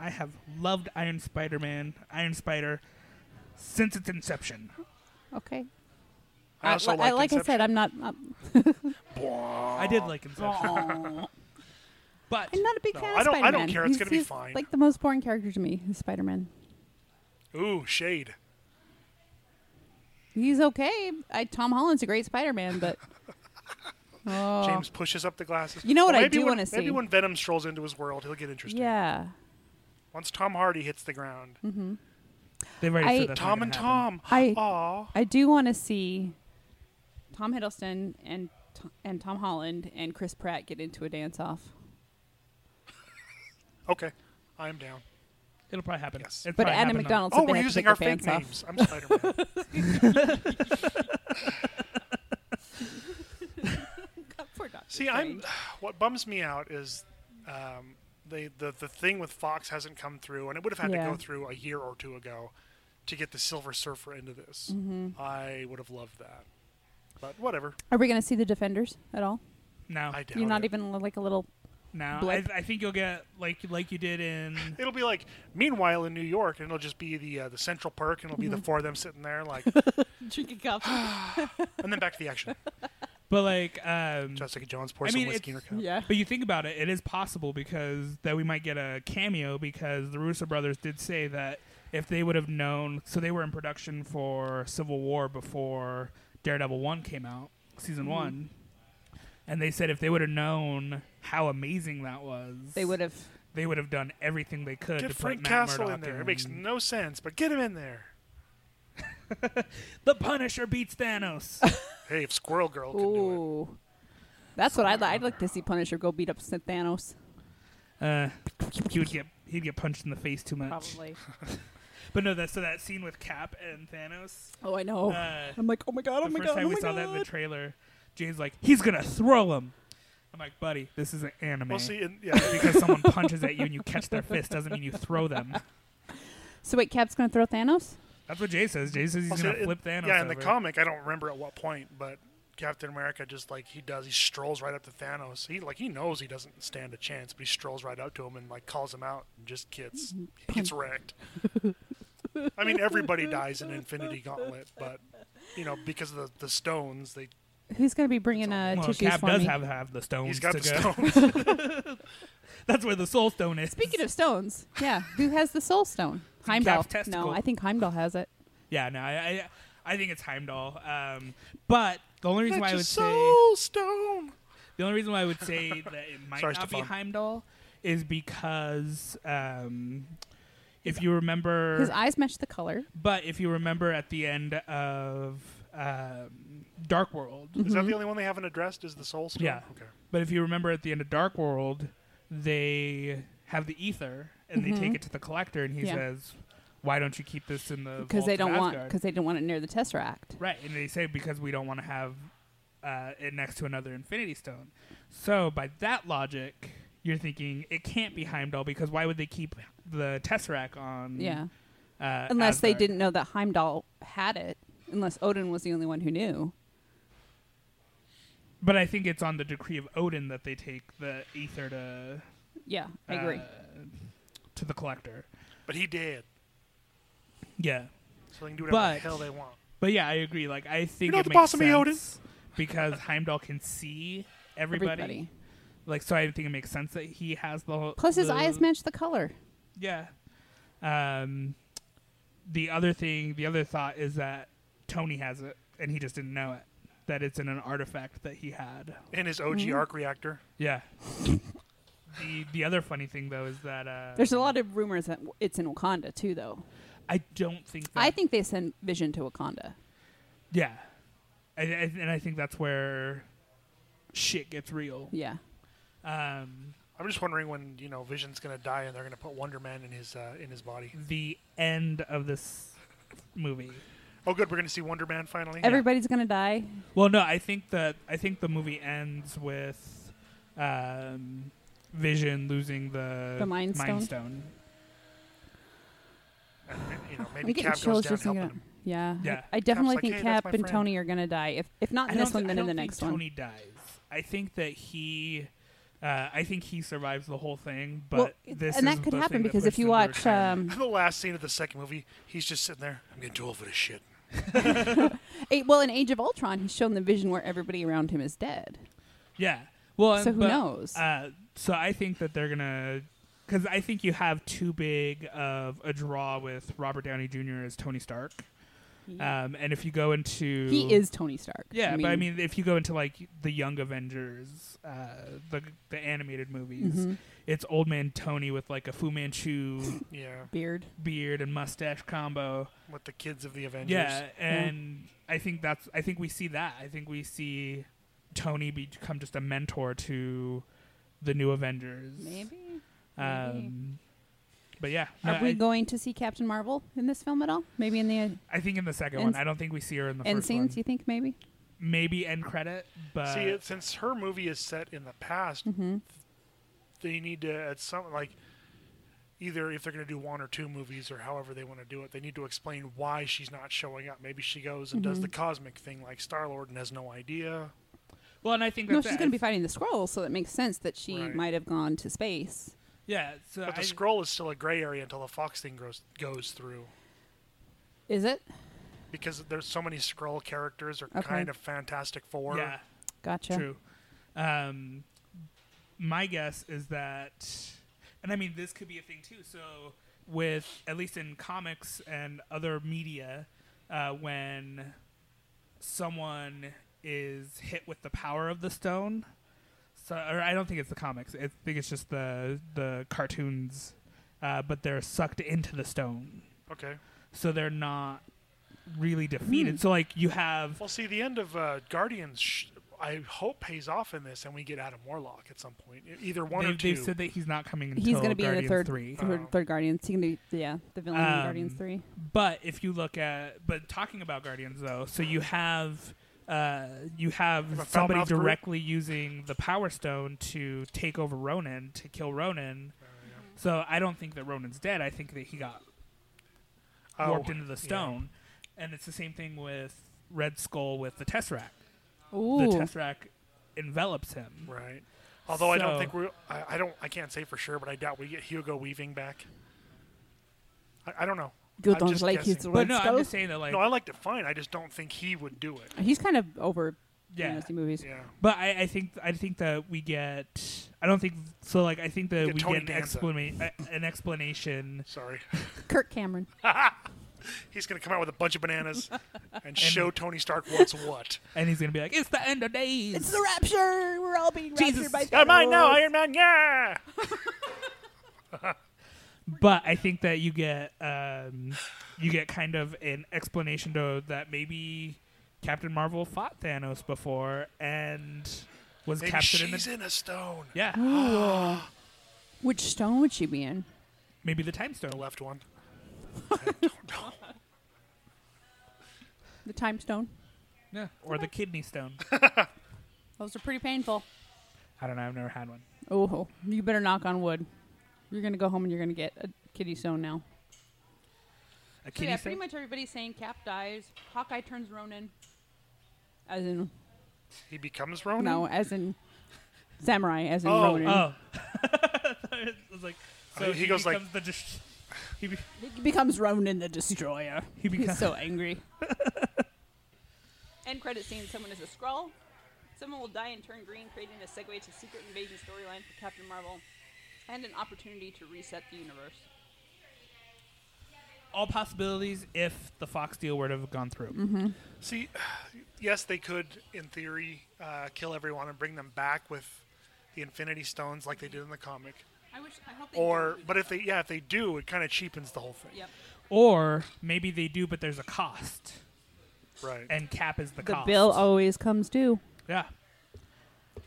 S3: I have loved Iron Spider Man, Iron Spider, since its inception.
S2: Okay.
S1: I also liked
S2: like I
S1: Inception.
S2: said, I'm not. I'm,
S3: I did like Inception, [laughs] but
S2: I'm not a big
S1: No,
S2: fan
S1: I don't-
S2: of
S1: I
S2: Spider-Man.
S1: don't care. It's
S2: He's-
S1: gonna be
S2: he's
S1: fine.
S2: Like the most boring character to me is Spider-Man.
S1: Ooh, shade.
S2: He's okay. I, Tom Holland's a great
S1: [laughs]
S2: Spider-Man, but oh,
S1: James pushes up the glasses.
S2: You know what
S1: Well,
S2: I
S1: maybe
S2: do
S1: when-
S2: wanna see?
S1: Maybe when Venom strolls into his world, he'll get interested.
S2: yeah. Mhm.
S1: Once Tom Hardy hits the ground.
S3: they've already
S2: I-
S3: said that's not
S1: Tom
S3: gonna
S1: and
S3: happen.
S1: Tom.
S2: I-
S1: Aw.
S2: I do want to see Tom Hiddleston and T- and Tom Holland and Chris Pratt get into a dance-off.
S1: Okay, I'm down.
S3: It'll probably happen.
S1: Yes.
S3: It's
S2: But
S3: probably
S2: Adam
S3: happened on-
S2: McDonald's
S1: oh,
S2: said they
S1: we're
S2: had to
S1: using
S2: take
S1: our
S2: their
S1: fake
S2: pants off.
S1: names. I'm Spider-Man.
S2: [laughs] Poor Doctor
S1: See, I'm.
S2: Strange.
S1: [sighs] What bums me out is, um, they the the thing with Fox hasn't come through, and it would have had
S2: Yeah.
S1: to go through a year or two ago to get the Silver Surfer into this.
S2: Mm-hmm.
S1: I would have loved that, but whatever.
S2: Are we going to see the Defenders at all?
S3: No,
S1: I doubt
S2: You're not
S1: it. [gasps]
S2: even like a little
S3: now. I,
S2: Blip.
S3: I think you'll get like like you did in
S1: It'll be like, meanwhile in New York, and it'll just be the uh, the Central Perk, and it'll be the four of them sitting there, [laughs] like,
S2: Drinking coffee.
S1: and then back to the action.
S3: but like um
S1: Jessica Jones
S3: I
S1: pours
S3: mean,
S1: some whiskey in her
S3: it's-
S1: cup.
S2: yeah.
S3: But you think about it, it is possible because that we might get a cameo because the Russo brothers did say that if they would have known, so they were in production for Civil War before Daredevil 1 came out, season
S2: Mm-hmm.
S3: 1. And they said if they would have known how amazing that was,
S2: They would have.
S3: they would have done everything they could
S1: Get
S3: to
S1: Frank
S3: put Matt
S1: Castle
S3: Murdock
S1: in there. It makes
S3: in.
S1: no sense, but get him in there.
S3: the Punisher beats Thanos.
S1: Hey, if Squirrel Girl can do
S2: Ooh. That's what I'd like. I'd like to see Punisher go beat up Thanos.
S3: uh, he would get he'd get punched in the face too much.
S2: Probably.
S3: But no, that so that scene with Cap and Thanos.
S2: [laughs] Oh, I know.
S3: Uh,
S2: I'm like, oh my god, oh
S3: the
S2: my
S3: first
S2: god,
S3: time
S2: oh
S3: we
S2: my
S3: saw
S2: god.
S3: that in the trailer, Jane's like, he's gonna throw him. I'm like, buddy, this is an anime.
S1: it. We'll see. In, yeah,
S3: because someone punches at you and you catch their fist doesn't mean you throw them.
S2: so wait, Cap's gonna throw Thanos?
S3: That's what Jay says. Jay says he's
S1: Also,
S3: gonna
S1: it-
S3: flip Thanos.
S1: Yeah, in the
S3: over.
S1: comic, I don't remember at what point, but Captain America just like he does, he strolls right up to Thanos. He like he knows he doesn't stand a chance, but he strolls right up to him and like calls him out and
S3: [laughs]
S1: just gets he gets wrecked. I mean, everybody dies in Infinity Gauntlet, but you know because of the, the stones, they
S2: Who's gonna be bringing uh,
S3: Well,
S2: tissues
S3: Cap
S2: for
S3: does
S2: me?
S3: have have the stones.
S1: he's got
S3: to
S1: the
S3: go.
S1: stones.
S3: [laughs] That's where the Soul Stone is.
S2: Speaking of stones, yeah, who has the Soul Stone? Heimdall.
S3: [laughs] Cap's testicle.
S2: No, I think Heimdall has it.
S3: yeah, no, I, I I think it's Heimdall. Um, but the only reason
S1: [laughs]
S3: why I
S1: That's
S3: would
S1: a
S3: say
S1: soul stone.
S3: The only reason why I would
S1: [laughs]
S3: say that it might
S1: Sorry,
S3: not be
S1: Stefan.
S3: Heimdall is because um, if you remember,
S2: His eyes match the color.
S3: but if you remember at the end of um, Dark World,
S2: Mm-hmm.
S1: Is that the only one they haven't addressed? Is the soul stone?
S3: Yeah.
S1: Okay.
S3: but if you remember at the end of Dark World, they have the ether and they take it to the collector, and he
S2: Mm-hmm. Yeah.
S3: says, "Why don't you keep this in the?"
S2: Because they
S3: vaults of
S2: don't want,
S3: Asgard?"
S2: because they don't want it near the Tesseract.
S3: Right, and they say because we don't want to have uh, it next to another Infinity Stone. So by that logic, you're thinking it can't be Heimdall because why would they keep the Tesseract on?
S2: Yeah,
S3: uh,
S2: unless they
S3: Asgard?
S2: didn't know that Heimdall had it, unless Odin was the only one who knew.
S3: But I think it's on the decree of Odin that they take the ether to
S2: Yeah, I agree.
S3: uh, to the Collector.
S1: But he did,
S3: Yeah,
S1: so they can do whatever the
S3: But-
S1: hell they want.
S3: but yeah, I agree. Like I think
S1: not
S3: it
S1: the
S3: makes
S1: boss of
S3: sense
S1: me, Odin.
S3: because Heimdall can see everybody.
S2: Everybody.
S3: Like so, I think it makes sense that he has the whole.
S2: Plus, his
S3: the-
S2: eyes match the color.
S3: Yeah. Um, the other thing, the other thought is that Tony has it, and he just didn't know it. That it's in an artifact that he had.
S1: In his OG
S3: Mhm.
S1: arc reactor.
S3: Yeah. the The other funny thing though is that uh,
S2: There's a lot of rumors that w- it's in Wakanda too, though.
S3: I don't think. That,
S2: I think they send Vision to Wakanda.
S3: Yeah. I, I, and I think that's where shit gets real.
S2: Yeah,
S3: Um,
S1: I'm just wondering when you know Vision's gonna die and they're gonna put Wonder Man in his uh, in his body.
S3: the end of this movie.
S1: Oh, good, we're gonna see Wonder Man finally.
S2: everybody's gonna die.
S3: Well, no, I think that I think the movie ends with um, Vision losing the
S2: The Mind Stone?
S1: And, you know,
S2: I'm
S1: maybe
S2: getting
S1: Cap goes
S2: chills
S1: down
S2: just thinking.
S1: helping
S2: about-
S1: him.
S2: Yeah, I-
S3: Yeah.
S2: I, definitely
S1: like,
S2: think
S1: "Hey, that's
S2: Cap
S1: my
S2: and
S1: friend."
S2: Tony are gonna die. If if not
S3: I
S2: in Uh, this
S3: don't
S2: one,
S3: thi-
S2: then
S3: I
S2: in the
S3: don't think
S2: next one.
S3: Tony dies. I think that he. Uh, I think he survives the whole thing, but
S2: Well, it-
S3: this
S2: and
S3: is
S2: that could
S3: the
S2: happen
S3: thing that
S2: because
S3: pushed
S2: if you
S3: him to
S2: watch,
S3: retirement.
S1: [laughs]
S2: um,
S1: The last scene of the second movie, he's just sitting there. I'm getting too old for this shit.
S2: eight, well, in Age of Ultron, he's shown the Vision where everybody around him is dead.
S3: yeah, well,
S2: so
S3: and-
S2: who
S3: but,
S2: knows?
S3: Uh, so I think that they're gonna, because I think you have too big of a draw with Robert Downey Jr. as Tony Stark, um, and if you go into
S2: He is Tony Stark.
S3: Yeah, but I mean, if you go into like the Young Avengers, uh, the the animated movies,
S2: Mm-hmm.
S3: it's old man Tony with like a Fu Manchu [laughs]
S1: Yeah,
S2: beard.
S3: beard and mustache combo.
S1: with the kids of the Avengers.
S3: Yeah, and I think that's I think we see that. I think we see Tony become just a mentor to the new Avengers.
S2: Maybe.
S3: Um, but yeah, no,
S2: Are we
S3: I,
S2: going to see Captain Marvel in this film at all? Maybe in the uh,
S3: I think in the second
S2: End-
S3: one, I don't think we see her in the
S2: end
S3: first
S2: scenes.
S3: one.
S2: You think maybe?
S3: Maybe end credit, but
S1: see, it, since her movie is set in the past,
S2: Mm-hmm.
S1: they need to at some like either if they're gonna do one or two movies or however they want to do it, they need to explain why
S2: Mm-hmm.
S1: she's not showing up. Maybe she goes and does the cosmic thing like Star Lord and has no idea.
S3: Well, and I think
S2: No,
S3: that's
S2: she's going to be fighting the scroll, so it makes sense that she
S1: Right.
S2: might have gone to space.
S3: Yeah, so
S1: But the
S3: I-
S1: scroll is still a gray area until the fox thing goes goes through,
S2: Is it?
S1: because there's so many scroll characters are
S2: Okay.
S1: kind of Fantastic Four.
S3: yeah,
S2: Gotcha.
S3: true. Um, my guess is that, and I mean, this could be a thing too. So, with at least in comics and other media, uh, when someone is hit with the power of the stone, so or I don't think it's the comics. I think it's just the the cartoons, uh, but they're sucked into the stone,
S1: Okay.
S3: so they're not really
S2: Hmm.
S3: defeated. So, like you have
S1: Well, see, the end of uh, Guardians, sh- I hope pays off in this, and we get Adam Warlock at some point. E- Either one
S3: they,
S1: or two.
S3: They've said that he's not coming until
S2: He's going to be in
S3: Guardians
S2: the third,
S3: three.
S2: third,
S1: Oh.
S2: third Guardians. He's going to be, yeah, the villain in
S3: Um,
S2: Guardians 3.
S3: But if you look at, but talking about Guardians though, so you have, uh, you have
S1: Have a
S3: somebody
S1: foul-mouthed group?
S3: directly using the Power Stone to take over Ronan to kill Ronan.
S1: Uh,
S3: So I don't think that Ronan's dead. I think that he got
S1: Oh,
S3: warped into
S1: yeah.
S3: the stone, and it's the same thing with Red Skull with the Tesseract. The
S2: Ooh.
S3: Tesseract envelops him.
S1: Right. Although I don't
S3: So-
S1: think we, I, I don't, I can't say for sure, but I doubt we get Hugo Weaving back. I, I don't know.
S2: You
S1: I'm
S2: don't
S1: just
S2: like his
S1: guessing.
S2: Red
S3: But no, I'm
S2: Skull?
S3: just saying that like
S1: No, I liked it fine. I just don't think he would do it.
S2: He's kind of over
S3: Yeah.
S2: fantasy movies.
S1: Yeah.
S3: But I, I think I think that we get. I don't think so. Like I think that
S1: get
S3: we
S1: Tony
S3: get an,
S1: Danza.
S3: explana- a- an explanation
S1: Sorry.
S3: [laughs]
S2: Kirk Cameron.
S1: He's gonna come out with a bunch of bananas and show Tony Stark what's what.
S3: [laughs] and he's gonna be like, "It's the end of days."
S2: It's the rapture. We're all being
S3: Jesus.
S2: raptured by
S1: Yeah, mine now, Iron Man. Yeah.
S3: but I think that you get um, you get kind of an explanation to that maybe Captain Marvel fought Thanos before and was
S1: Maybe
S3: captured in
S1: she's
S3: the
S1: in a stone.
S3: yeah
S2: Which stone would she be in?
S3: maybe the time
S1: The
S3: stone.
S1: left one. I don't know.
S2: The time stone.
S3: Yeah, or the kidney stone.
S2: Those are pretty painful.
S3: I don't know. I've never had one.
S2: Oh, you better knock on wood. You're going to go home and you're going to get a kitty stone now.
S3: A
S2: So
S3: kidney
S2: yeah,
S3: stone.
S2: pretty much everybody's saying Cap dies, Hawkeye turns Ronin. Hmm? As in
S1: He becomes Ronan.
S2: no, as in samurai, as in
S1: Oh,
S2: Ronin.
S3: Oh, [laughs] I was like, so
S1: he
S3: he,
S1: goes like-
S3: becomes the dis- he be-
S2: He becomes Ronin the Destroyer.
S3: He becomes-
S2: He's so angry. [laughs] End credit scene. Someone is a scroll. Someone will die and turn green, creating a segue to Secret Invasion storyline for Captain Marvel, and an opportunity to reset the universe.
S3: all possibilities if the Fox deal were to have gone through.
S1: Mm-hmm. See, [sighs] yes, they could, in theory, uh, kill everyone and bring them back with the Infinity Stones, like they did in the comic.
S2: I wish. I hope. They
S1: Or,
S2: do.
S1: but if they, yeah, if they do, it kind of cheapens the whole thing.
S2: Yep.
S3: Or maybe they do, but there's a cost,
S1: Right.
S3: and Cap is the, cost.
S2: always comes due.
S3: yeah.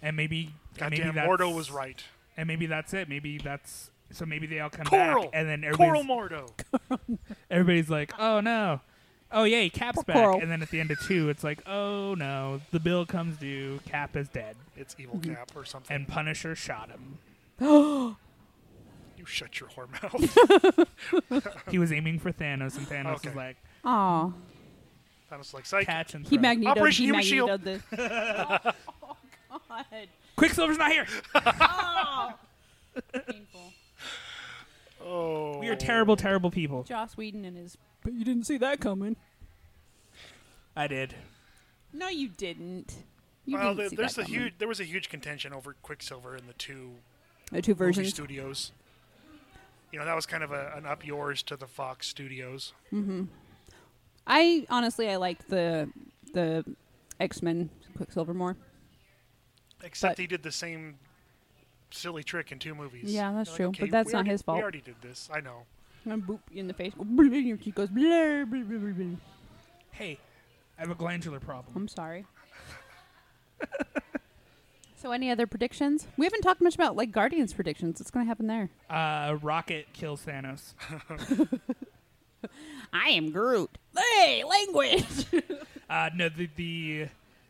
S3: And maybe, and maybe
S1: Goddamn,
S3: that's-
S1: Mordo was right.
S3: And maybe that's it. Maybe that's so. Maybe they all come
S1: Coral,
S3: back, and then
S1: Coral
S3: everybody's, [laughs]
S1: Mordo.
S3: everybody's like, "Oh no, oh yay, Cap's back!"
S2: Coral.
S3: And then at the end of two, it's like, "Oh no, the bill comes due. Cap is dead,
S1: It's Evil Cap or something.
S3: and Punisher shot him.
S1: you shut your whore
S3: [laughs]
S1: mouth.
S3: He was aiming for Thanos, and Thanos
S1: Okay.
S3: was like,
S2: Aw,
S1: I was like, psych.
S3: "Catch and
S2: he
S3: throw."
S2: magnetoed.
S1: Operation
S2: he
S1: Human Shield.
S2: magnetoed this. [laughs] oh, God,
S3: Quicksilver's not here.
S2: painful.
S1: Oh.
S3: We are terrible, terrible people.
S2: Joss Whedon and his. But you didn't see that coming.
S3: I did.
S2: No, you didn't. You
S1: Well,
S2: didn't
S1: there,
S2: see
S1: there's
S2: that
S1: a
S2: coming.
S1: huge. There was a huge contention over Quicksilver in the two
S2: The two
S1: movie
S2: versions.
S1: studios. You know, that was kind of a, an up yours to the Fox studios.
S2: I honestly, I like the the X Men Quicksilver more.
S1: Except
S2: But-
S1: he did the same silly trick in two movies.
S2: Yeah, that's
S1: Like,
S2: true,
S1: okay,
S2: but that's
S1: we
S2: not
S1: already-
S2: his fault.
S1: We already did this. I know.
S2: And boop you [laughs] in the face. Your cheek goes. Blah, blah, blah, blah, blah.
S3: Hey, I have a glandular problem.
S1: [laughs]
S2: I'm sorry. so, any other predictions? We haven't talked much about like Guardians predictions. What's going to happen there?
S3: Uh, Rocket kills Thanos.
S2: I am Groot. Hey, language. [laughs]
S3: Uh, no, the the.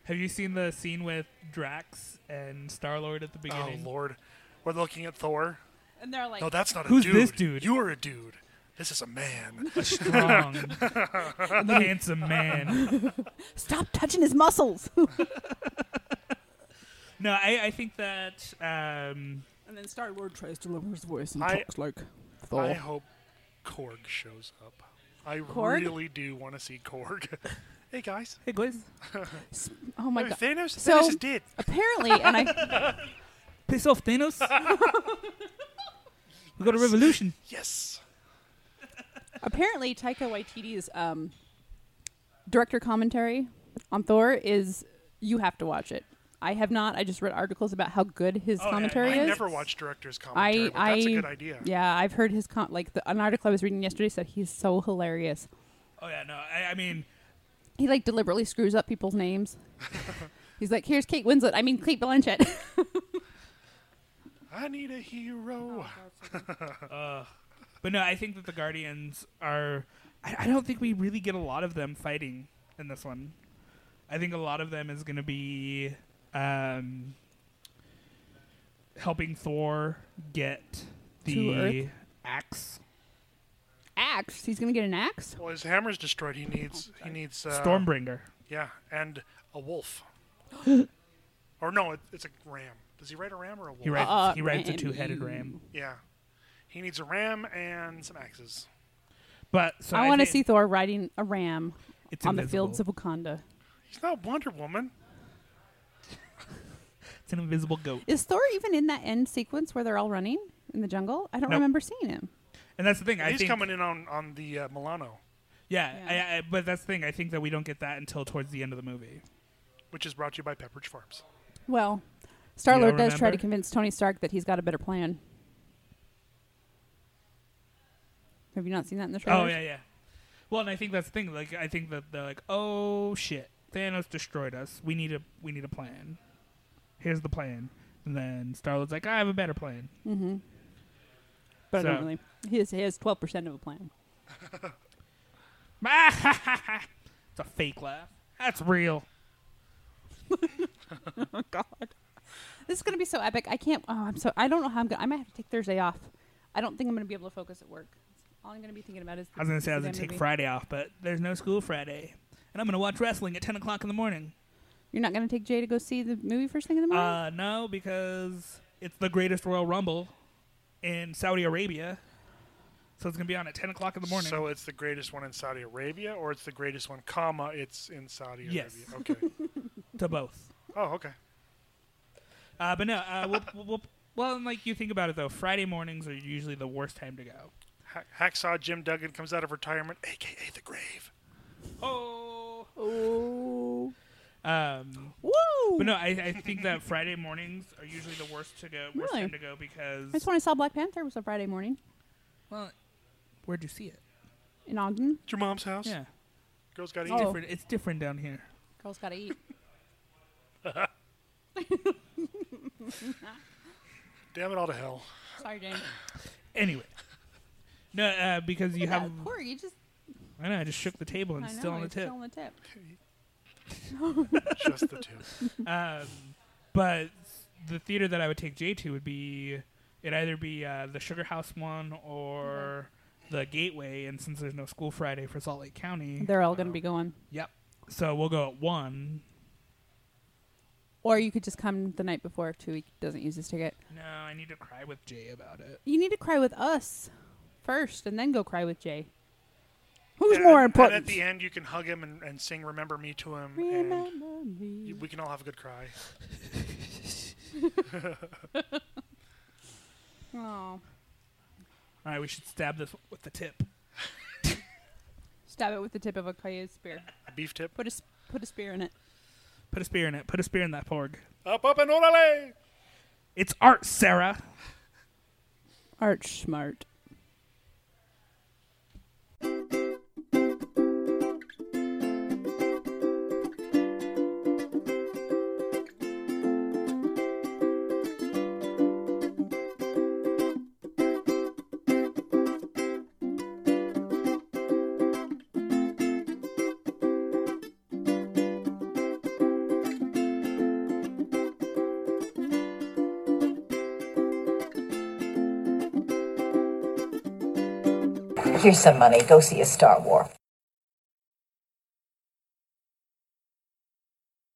S3: Have you seen the scene with Drax and Star Lord at the
S1: Oh
S3: beginning?
S1: Lord, we're looking at Thor.
S2: and they're like,
S1: No, that's not a
S3: Who's
S1: dude.
S3: this dude?
S1: You're a dude. This is a man.
S3: A [laughs] [laughs] strong, handsome man.
S2: [laughs] stop touching his muscles.
S3: No, I, I think that um,
S4: And then Star Lord tries to lower his voice and
S1: I-
S4: talks like
S1: I
S4: Thor.
S1: hope Korg shows up. I
S2: Korg?
S1: really do want to see Korg. [laughs] hey guys,
S3: hey, Glaze,
S2: Oh my
S1: Hey,
S2: god.
S1: Thanos,
S2: So-
S1: Thanos is dead.
S2: Apparently, and
S1: [laughs]
S2: I
S3: piss off [laughs] Thanos. we got a [laughs] revolution.
S1: Yes.
S2: apparently Taika Waititi's um, director commentary on Thor is you have to watch it. I have not. I just read articles about how good his
S3: yeah,
S2: commentary
S1: Oh, I
S2: is.
S1: never watch director's commentary.
S2: I,
S1: but
S2: I
S1: that's a good idea.
S2: Yeah, I've heard his com- like the, an article I was reading yesterday said he's so hilarious.
S3: Oh yeah, no, I, I mean,
S2: He like deliberately screws up
S1: [laughs]
S2: people's names. he's like, here's Kate Winslet. I mean, Kate Blanchett. [laughs]
S1: I need a hero.
S3: but no, I think that the Guardians are. I, I don't think we really get a lot of them fighting in this one. I think a lot of them is going to be um, helping Thor get
S2: To
S3: the
S2: Earth?
S3: axe.
S2: axe. He's gonna get an axe.
S1: Well, his hammer's destroyed. He needs he needs uh,
S3: Stormbringer.
S1: Yeah, and
S3: [gasps]
S1: a wolf. or no, it, it's a ram. Does he ride a ram or a wolf?
S3: He rides,
S2: Uh,
S3: he rides a
S2: ram.
S3: two-headed ram.
S1: Yeah, he needs a ram and some axes.
S3: But so
S2: I want to
S3: think
S2: see Thor riding a ram
S3: It's
S2: on the
S3: invisible.
S2: fields of Wakanda.
S1: He's not Wonder Woman.
S3: It's an invisible goat,
S2: Is Thor even in that end sequence where they're all running in the jungle? I don't
S3: Nope.
S2: remember seeing him.
S3: and that's the thing. I
S1: He's
S3: think
S1: coming in on on the uh, Milano,
S3: Yeah,
S2: Yeah.
S3: I, I, but that's the thing. I think that we don't get that until towards the end of the movie.
S1: which is brought to you by Pepperidge Farms.
S2: Well, Star Lord
S3: You
S2: does
S3: don't
S2: try to
S3: remember?
S2: convince Tony Stark that he's got a better plan. Have you not seen that in the trailer?
S3: Oh yeah, yeah. Well, and I think that's the thing. Like, I think that they're like, oh shit, Thanos destroyed us. We need a we need a plan. Here's the plan. And then Star Lord's like, I have a better plan. [laughs]
S2: But I don't
S3: So-
S2: really. He has, he has 12% of
S3: [laughs]
S2: a plan.
S3: it's a fake laugh. That's real. Oh,
S2: This is going to be so epic. I can't. Oh, I'm so. I don't know how I'm going to. I might have to take Thursday off. I don't think I'm going to be able to focus at work. All I'm going to be thinking about is.
S3: I was gonna say I was gonna
S2: the
S3: take
S2: movie.
S3: Friday off, but there's no school Friday, and I'm gonna watch wrestling at ten o'clock in the morning.
S2: You're not going to take Jay to go see the movie first thing in the morning?
S3: Uh, no, because it's the greatest Royal Rumble in Saudi Arabia. So it's going to be on at 10 o'clock in the morning.
S1: So it's the greatest one in Saudi Arabia, or it's the greatest one, comma, it's in Saudi Arabia.
S3: Yes. [laughs]
S1: Okay.
S3: to both.
S1: oh, okay.
S3: Uh, but no, uh, we'll, we'll, we'll, well, and, like you think about it, though, Friday mornings are usually the worst time to go.
S1: Ha- Hacksaw Jim Duggan comes out of retirement, aka the grave.
S3: Oh.
S2: oh.
S3: Um,
S2: Woo!
S3: but no, I, I think that Friday mornings are usually the worst to go, worst
S2: Really?
S3: time to go because.
S2: That's when I saw Black Panther was a Friday morning
S3: Well, where'd you see it?
S2: in Ogden.
S1: At your mom's house.
S3: Yeah,
S1: Girls got
S2: Oh.
S1: eaten.
S3: different. It's different down here.
S2: Girls gotta eat.
S1: Damn it all to hell.
S2: Sorry, Jane.
S3: Anyway, no, uh, because you have.
S2: poor. You just
S3: I know. I just shook the table and
S2: I
S3: it's
S2: know,
S3: still on the
S2: it's
S3: tip.
S2: Still on the tip.
S1: Just the
S2: [laughs]
S1: two.
S3: Um, but the theater that I would take Jay to would be it'd either be uh, the Sugar House one or the Gateway. And since there's no school Friday for Salt Lake County,
S2: They're all gonna be going.
S3: yep. So we'll go at one.
S2: Or you could just come the night before if Chewy doesn't use his ticket.
S3: No, I need to cry with Jay about it.
S2: You need to cry with us first, and then go cry with Jay. Who's
S1: And-
S2: more
S1: and
S2: important?
S1: at the end, you can hug him and, and sing "Remember Me" to him, and
S2: Remember me.
S1: you- we can all have a good cry.
S2: Oh,
S3: All right, we should stab this with the tip.
S2: stab it with the tip of a coyote spear.
S1: A beef tip.
S2: Put a s- put a spear in it.
S3: Put a spear in it. Put a spear in that porg.
S1: Up, up, and orale!
S3: It's art, Sarah.
S2: Arch smart.
S5: Here's some money. Go see a Star War.